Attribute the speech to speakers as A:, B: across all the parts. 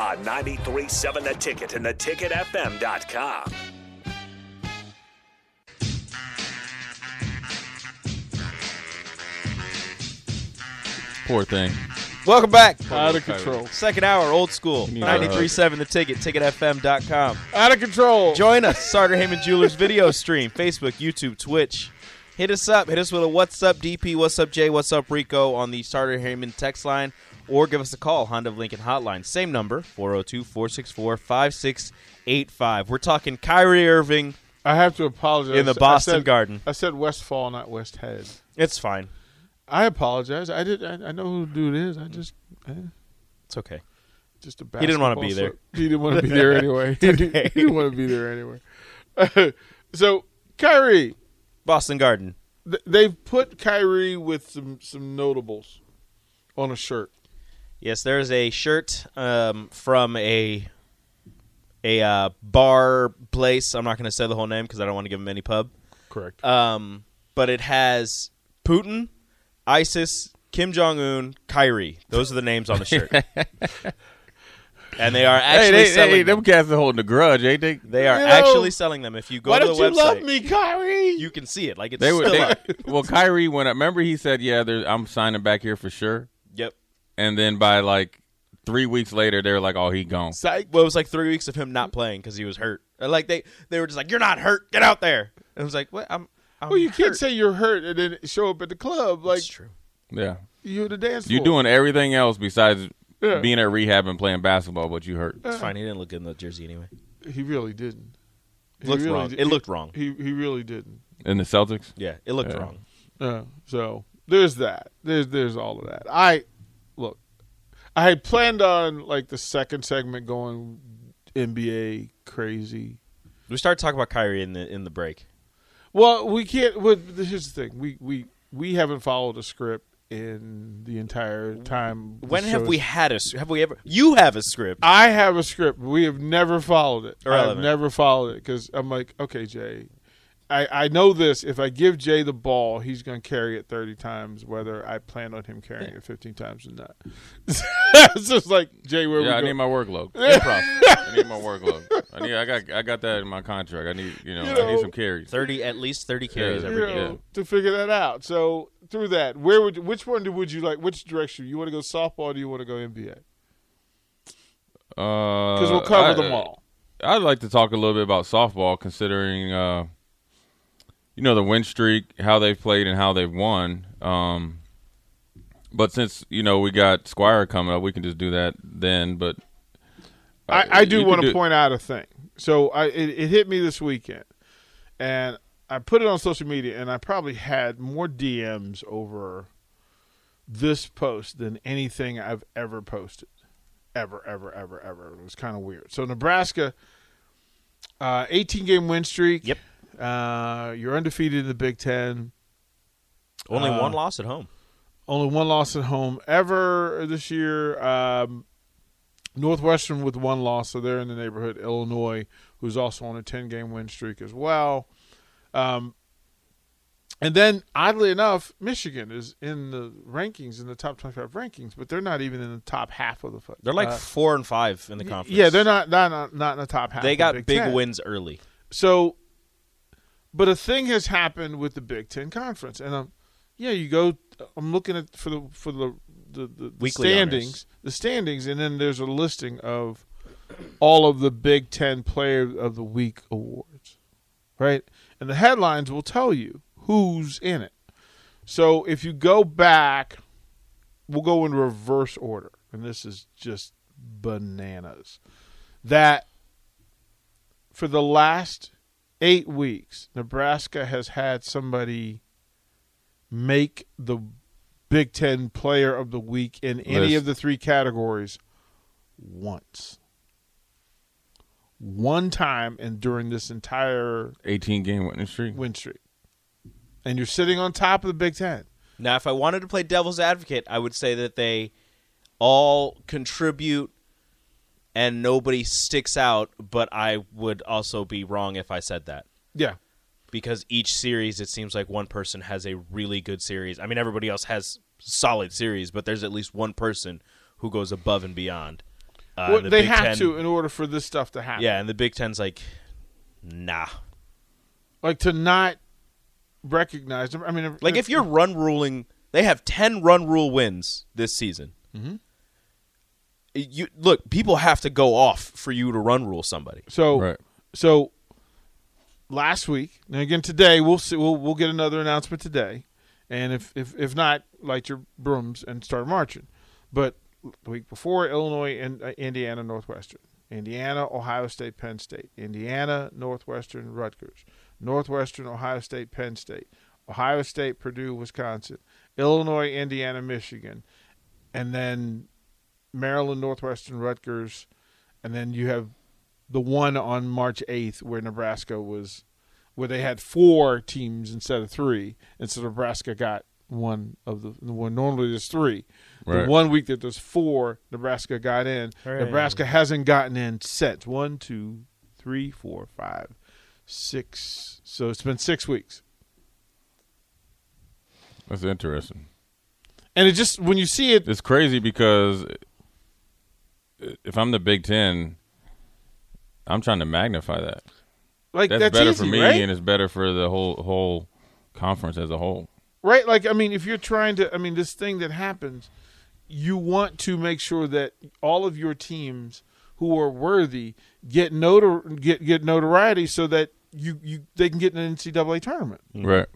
A: on 93.7 The Ticket and theticketfm.com.
B: Poor thing.
C: Welcome back.
D: Out of control. uh,
C: Second hour, old school.
D: need
B: a
C: 93.7 The Ticket, ticketfm.com.
D: Out of control.
C: Join us, Sarter Heyman Jewelers video stream, Facebook, YouTube, Twitch. Hit us up. Hit us with a what's up DP, what's up Jay, what's up Rico on the Sarter Heyman text line, or give us a call, Honda of Lincoln hotline. Same number, 402-464-5685. We're talking Kyrie Irving.
D: I have to apologize.
C: In the
D: I
C: Boston
D: said-
C: Garden.
D: I said Westfall, not West Head.
C: It's fine.
D: I apologize. I did. I, I know who the dude is. I just, I,
C: It's okay.
D: just a
C: didn't wanna
D: basketball
C: be there.
D: slip. He didn't want to be there anyway. he didn't, he didn't want to be there anyway. so Kyrie,
C: Boston Garden.
D: th- they've put Kyrie with some some notables on a shirt.
C: Yes, there's a shirt um, from a a uh, bar place. I'm not going to say the whole name because I don't want to give them any pub.
D: Correct.
C: Um, but it has Putin, ISIS, Kim Jong Un, Kyrie. Those are the names on the shirt, and they are
B: Hey,
C: actually
B: they,
C: selling.
B: hey,
C: them.
B: them cats are holding a grudge, ain't they?
C: They are
D: You know,
C: actually selling them. If you go
D: Why
C: to
D: don't
C: the
D: you
C: website,
D: love me, Kyrie?
C: you can see it. Like it's
B: They were.
C: still
B: They,
C: up.
B: well, Kyrie went up. Remember, he said, "Yeah, there- I'm signing back here for sure."
C: Yep.
B: And then by like three weeks later, they were like, "Oh, he gone."
C: Psych. Well, it was like three weeks of him not playing because he was hurt. Like they, they were just like, "You're not hurt. Get out there." And I was like, "What? I'm." I'm
D: well, you
C: hurt.
D: can't say you're hurt and then show up at the club like
C: That's true.
B: Yeah,
D: you're the dance.
B: you
D: floor.
B: doing everything else besides
D: Yeah.
B: being at rehab and playing basketball, but you hurt.
C: It's fine. He didn't look good in the jersey anyway.
D: uh, He really didn't. He
C: Looked
D: really
C: wrong.
D: di-
C: It looked wrong.
D: He he really didn't.
B: In the Celtics,
C: Yeah, it looked
B: Yeah.
C: wrong.
D: Uh, so there's that. There's there's all of that. I look. I had planned on like the second segment going NBA crazy.
C: We started talking about Kyrie in the in the break.
D: Well, we can't. Well, here's the thing. We we we haven't followed a script in the entire time. the
C: When have
D: show's-
C: we had a? s- Have we ever? You have a script.
D: I have a script. We have never followed it. I've
C: Irrelevant.
D: never followed it because I'm like, okay, Jay, I, I know this. If I give Jay the ball, he's going to carry it 30 times, whether I plan on him carrying it 15 times or not. it's just like, Jay, where
B: yeah, I
D: we go?
B: need my workload. I need my workload. I need. I got. I got that in my contract. I need. You know,
D: You
B: I
D: know.
B: need some carries.
C: Thirty, at least thirty carries
B: Yeah.
C: every
D: you
C: game.
D: know,
B: yeah.
D: to figure that out. So through that, where would which one do- would you like? Which direction you want to go? Softball? Or do you want to go NBA? Because
B: Because
D: we'll cover them all.
B: I'd like to talk a little bit about softball, considering uh, you know the win streak, how they've played, and how they've won. Um, but since you know we got Squire coming up, we can just do that then. But uh,
D: I, I do
B: you can
D: want to point out a thing. So I it, it hit me this weekend, and I put it on social media, and I probably had more DMs over this post than anything I've ever posted, ever, ever, ever, ever. It was kind of weird. So Nebraska, uh, 18 game win streak.
C: Yep.
D: Uh, you're undefeated in the Big Ten.
C: Only
D: Uh,
C: one loss at home.
D: Only one loss at home ever this year. Um, Northwestern with one loss, so they're in the neighborhood. Illinois, who's also on a 10 game win streak as well. Um, and then, oddly enough, Michigan is in the rankings, in the top 25 rankings, but they're not even in the top half of the foot.
C: They're like
D: uh,
C: four and five in the conference.
D: Yeah, they're not, not, not, not in the top half.
C: They
D: of
C: got
D: the Big,
C: big
D: Ten.
C: wins early.
D: So, but a thing has happened with the Big Ten conference, and I'm, yeah, you go. I'm looking at for the for the the, the, the
C: Weekly
D: standings,
C: honors.
D: the standings, and then there's a listing of all of the Big Ten Player of the Week awards, right? And the headlines will tell you who's in it. So if you go back, we'll go in reverse order, and this is just bananas. That for the last eight weeks, Nebraska has had somebody make the Big Ten Player of the Week in any
B: Liz.
D: of the three categories once. one time and during this entire
B: 18 game winning streak.
D: win streak. And you're sitting on top of the Big Ten.
C: Now, if I wanted to play devil's advocate, I would say that they all contribute and nobody sticks out, but I would also be wrong if I said that.
D: Yeah.
C: Because each series, it seems like one person has a really good series. I mean, everybody else has solid series, but there's at least one person who goes above and beyond. Uh,
D: Well,
C: the
D: they
C: Big
D: have
C: Ten-
D: to in order for this stuff to happen.
C: Yeah, and the Big Ten's like, nah.
D: Like to not recognize them. I mean,
C: Like if you're run ruling, they have ten run rule wins this season. Mm-hmm. You look, people have to go off for you to run rule somebody.
D: So
B: Right.
D: so last week, and again today, we'll see. We'll we'll get another announcement today, and if if if not, light your brooms and start marching. But the week before, Illinois and uh, Indiana, Northwestern, Indiana, Ohio State, Penn State, Indiana, Northwestern, Rutgers, Northwestern, Ohio State, Penn State, Ohio State, Purdue, Wisconsin, Illinois, Indiana, Michigan, and then Maryland, Northwestern, Rutgers, and then you have the one on March 8th where Nebraska was where they had four teams instead of three and so Nebraska got one of the the one normally there's three
B: Right.
D: the one week that there's four Nebraska got in Nebraska hasn't gotten in since one two three four five six so it's been six weeks
B: That's interesting.
D: and it just when you see it
B: It's crazy because if I'm the Big Ten, I'm trying to magnify that.
D: like
B: That's,
D: that's,
B: better
D: easy,
B: for me,
D: right?
B: and it's better for the whole whole conference as a whole.
D: right like i mean if you're trying to i mean this thing that happens you want to make sure that all of your teams who are worthy get notor- get get notoriety so that you, you they can get in an ncaa tournament
B: Right.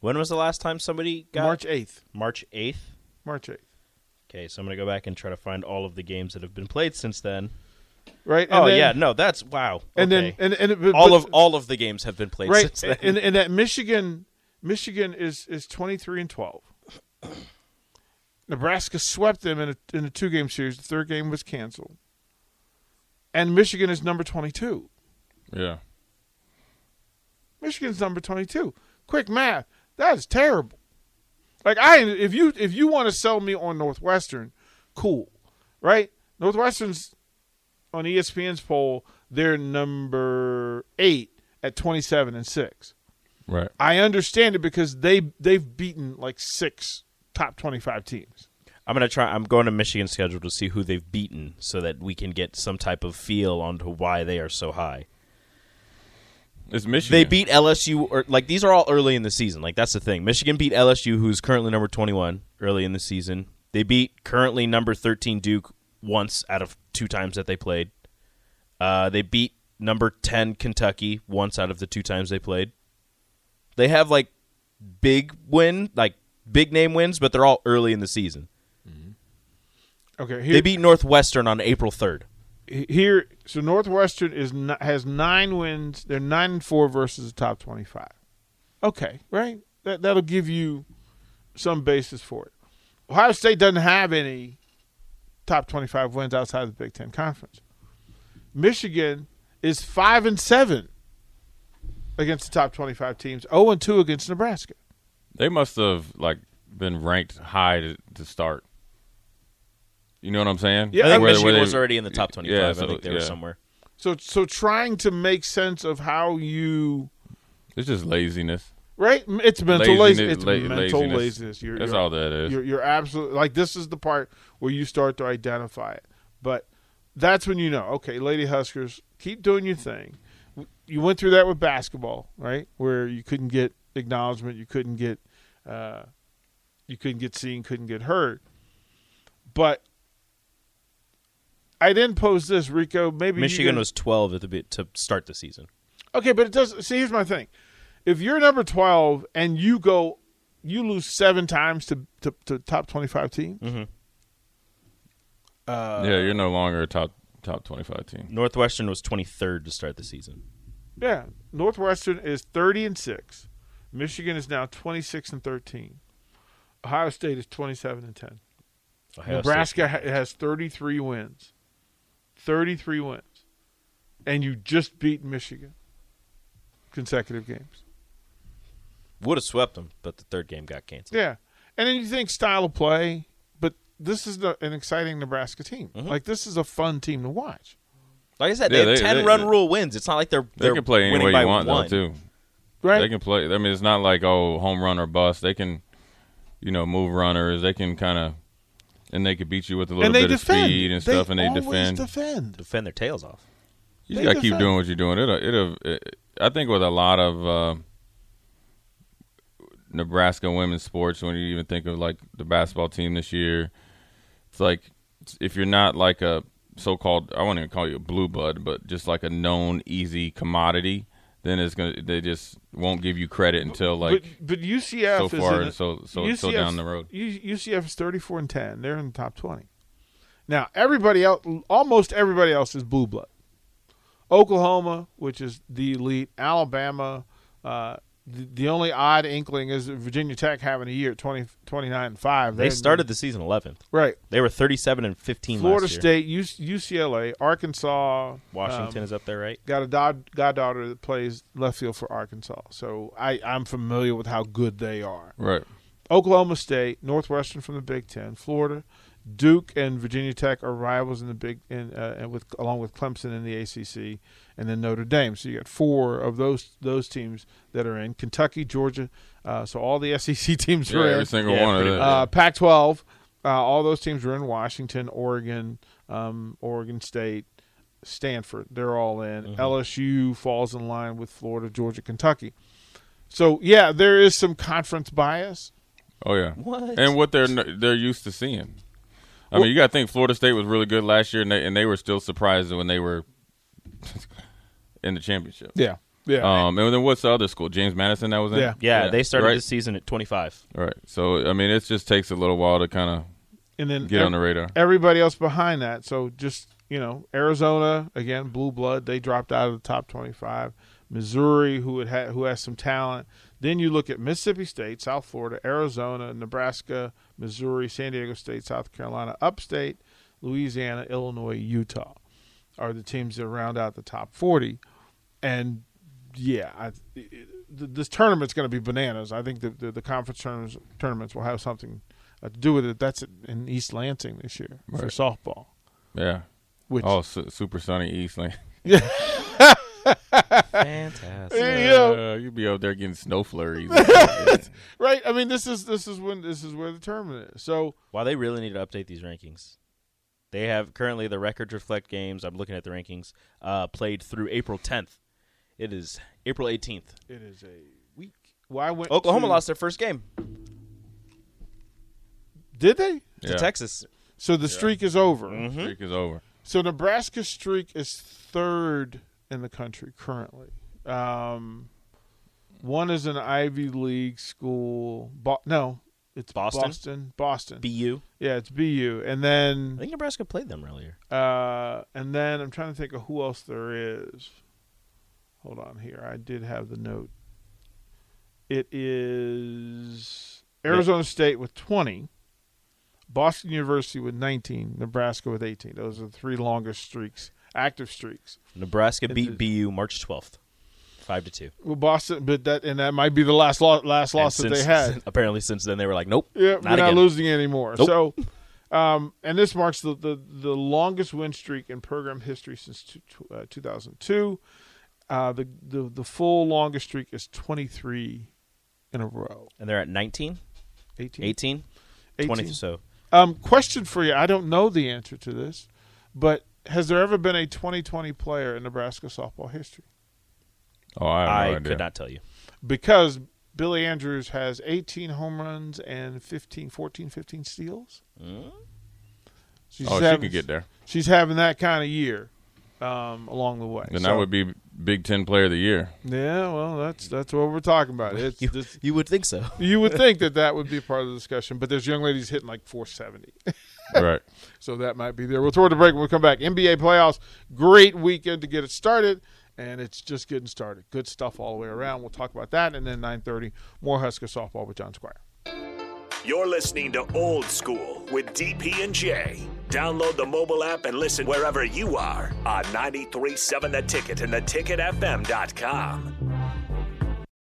C: When was the last time somebody got
D: march 8th
C: March eighth?
D: march 8th
C: Okay, so I'm gonna go back and try to find all of the games that have been played since then.
D: right
C: oh
D: then-
C: yeah, no, that's wow.
D: and
C: okay.
D: then and, and it- but-
C: all
D: but-
C: of all of the games have been played
D: right
C: since then.
D: and and that michigan michigan is is 23 and 12 nebraska swept them in a, in a two game series the third game was canceled and michigan is number 22
B: Yeah.
D: Michigan's number 22. Quick math. That is terrible. Like I if you if you want to sell me on Northwestern, cool. Right? Northwestern's on E ESPN's poll, they're number 8 at 27 and 6.
B: Right.
D: I understand it because they they've beaten like 6 top 25 teams.
C: I'm gonna try. I'm going to Michigan's schedule to see who they've beaten, so that we can get some type of feel onto why they are so high.
B: It's Michigan.
C: They beat LSU, or like these are all early in the season. Like that's the thing. Michigan beat LSU, who's currently number twenty-one, early in the season. They beat currently number thirteen Duke once out of two times that they played. Uh, they beat number ten Kentucky once out of the two times they played. They have like big win, like big name wins, but they're all early in the season.
D: Okay,
C: They
D: here
C: beat Northwestern on April third.
D: here so Northwestern is n- has 9 wins. They're 9 and 4 versus the top 25. Okay, right? That that'll give you some basis for it. Ohio State doesn't have any top 25 wins outside of the Big 10 conference. Michigan is 5 and 7 against the top 25 teams, 0 and 2 against Nebraska.
B: They must have like been ranked high to, to start. You know what I'm saying?
D: Yeah,
C: I think
B: Where-
C: Michigan
B: where they-
C: was already in the top twenty-five.
B: Yeah,
C: I
B: so-
C: think they were
B: yeah.
C: somewhere.
D: So so trying to make sense of how you
B: It's just laziness.
D: Right? M- It's mental
B: Laziness-
D: laziness. It's
B: la-
D: mental laziness.
B: laziness.
D: You're,
B: That's
D: you're-
B: all that is.
D: You're, you're absolutely like this is the part where you start to identify it. But that's when you know, okay, Lady Huskers, keep doing your thing. W- You went through that with basketball, right? Where you couldn't get acknowledgement, you couldn't get, uh, you couldn't get seen, couldn't get heard. But I then pose this, Rico. Maybe you
C: Michigan
D: can-
C: was twelve at the be- to start the season.
D: Okay, but it does. See, here's my thing: if you're number twelve and you go, you lose seven times to to, to top twenty five team. uh,
B: yeah, you're no longer a top top 25 team.
C: Northwestern was 23rd to start the season.
D: Yeah, Northwestern is thirty and six. Michigan is now twenty six and thirteen. Ohio State is twenty seven and ten.
C: Ohio State-
D: Nebraska ha- has thirty three wins. Thirty three wins. and you just beat Michigan consecutive games.
C: Would have swept them, but the third game got canceled.
D: Yeah, and then you think style of play, but this is the, an exciting Nebraska team.
B: Mm-hmm.
D: Like this is a fun team to watch.
C: Like I said,
B: Yeah,
C: they have
B: they-
C: ten
B: they-
C: run
B: they-
C: rule wins. It's not like they're
B: They
C: they're
B: can play any
C: winning
B: way
C: by
B: you want
C: one.
B: though too.
D: Right?
B: They can play. I mean, it's not like oh home run or bust. They can, you know, move runners. They can kind of, and they could beat you with a little
D: and they
B: bit
D: defend.
B: of speed and stuff, and they
D: always
B: defend.
D: defend.
C: Defend their tails off.
B: you
D: they
B: just gotta keep
D: defend.
B: doing what you're doing. It'll, it'll. It, I think with a lot of uh, Nebraska women's sports, when you even think of like the basketball team this year, it's like if you're not like a so-called, I won't even call you a blue blood, but just like a known easy commodity, then it's gonna. They just won't give you credit until like.
D: but but UCF
B: so
D: is
B: far
D: in
B: and
D: it-
B: so- so- so down the road.
D: U- UCF is thirty four and ten. They're in the top twenty. Now everybody else, almost everybody else, is blue blood. Oklahoma, which is the elite, Alabama. Uh, the, the only odd inkling is Virginia Tech having a year at 20, 29 and five.
C: They started the season eleventh.
D: right.
C: They were thirty-seven and fifteen.
D: Florida
C: last year.
D: State, U- UCLA, Arkansas,
C: Washington
D: um,
C: is up there, right?
D: got a da- goddaughter that plays left field for Arkansas, so I, I'm familiar with how good they are.
B: Right.
D: Oklahoma State, Northwestern from the Big Ten, Florida, Duke, and Virginia Tech are rivals in the Big in, uh, and with along with Clemson in the ACC, and then Notre Dame. So you got four of those those teams that are in Kentucky, Georgia. Uh, so all the SEC teams
B: Yeah,
D: are
B: every
D: in.
B: single
C: Yeah,
B: one of
C: pretty
B: them.
D: Uh, Pac-12. Uh, all those teams were in Washington, Oregon, um, Oregon State, Stanford. They're all in. LSU falls in line with Florida, Georgia, Kentucky. So yeah, there is some conference bias.
B: oh yeah.
C: What?
B: And what they're they're used to seeing. I mean, you got to think Florida State was really good last year, and they, and they were still surprised when they were in the championship.
D: Yeah, yeah.
B: Um, and then what's the other school? James Madison that was in.
D: Yeah.
C: Yeah, they started
B: right?
C: this season at twenty-five.
B: All right. So I mean, it just takes a little while to kind
D: and then
B: of get
D: ev-
B: on the radar.
D: everybody else behind that. So just you know, Arizona again, blue blood. They dropped out of the top twenty-five. Missouri, who had ha- who has some talent. Then you look at Mississippi State, South Florida, Arizona, Nebraska, Missouri, San Diego State, South Carolina, Upstate, Louisiana, Illinois, Utah are the teams that round out the top forty. And yeah, I, it, th- this tournament's going to be bananas. I think the the, the conference tournaments, tournaments will have something uh, to do with it. That's in East Lansing this year for softball.
B: Yeah.
D: Which
B: Oh, su- super sunny Eastland.
C: Fantastic.
D: Hey, yo,
B: Uh, you'd be out there getting snow flurries.
D: right? I mean, this is this is when this is where the tournament is. So
C: Wow, they really need to update these rankings. They have currently the records reflect games. I'm looking at the rankings uh, played through April 10th. It is April 18th.
D: it is a week. Why went
C: Oklahoma
D: to-
C: lost their first game
D: Did they?
C: to Texas.
D: So the streak is over.
C: Mm-hmm.
B: Streak is over.
D: So Nebraska's streak is third in the country currently. Um, one is an Ivy League school. Bo- no, it's
C: Boston?
D: Boston. Boston.
C: BU.
D: yeah, it's BU, and
C: I
D: then
C: think Nebraska played them earlier.
D: uh, and then I'm trying to think of who else there is. Hold on here. I did have the note. It is Arizona State with 20, Boston University with 19, Nebraska with 18. Those are the three longest streaks, active streaks.
C: Nebraska
D: It is-
C: beat BU March 12th, 5 to 2.
D: Well, Boston, but that and that might be the last lo- last loss
C: And
D: that they
C: since-
D: had.
C: Apparently, since then, they were like, nope.
D: Yeah,
C: not
D: we're not
C: again.
D: losing anymore.
C: Nope.
D: So, um, and this marks the, the, the longest win streak in program history since two, two- uh, 2002. Uh, the, the the full longest streak is 23 in a row.
C: And they're at 19,
D: 18.
C: 18, 20.
D: 18.
C: So
D: Um, question for you. I don't know the answer to this, but has there ever been a 2020 player in Nebraska softball history?
B: Oh, I, have no
C: I
B: idea.
C: could not tell you.
D: Because Billy Andrews has 18 home runs and 15, 14, 15 steals. She's
B: Oh, she
D: having-
B: could get there.
D: she's having that kind of year um, along the way.
B: Then
D: So-
B: that would be Big Ten Player of the Year.
D: yeah. Well, that's that's what we're talking about. It's,
C: You,
D: this-
C: you would think so.
D: you would think that that would be part of the discussion, but there's young ladies hitting like 470,
B: right.
D: so that might be there. We'll throw it a break. When we come back, NBA playoffs, great weekend to get it started. And it's just getting started. Good stuff all the way around. We'll talk about that, and then 9:30, more Husker softball with John Squire.
A: You're listening to Old School with DP and J. Download the mobile app and listen wherever you are on 937 The Ticket and theticketfm.com.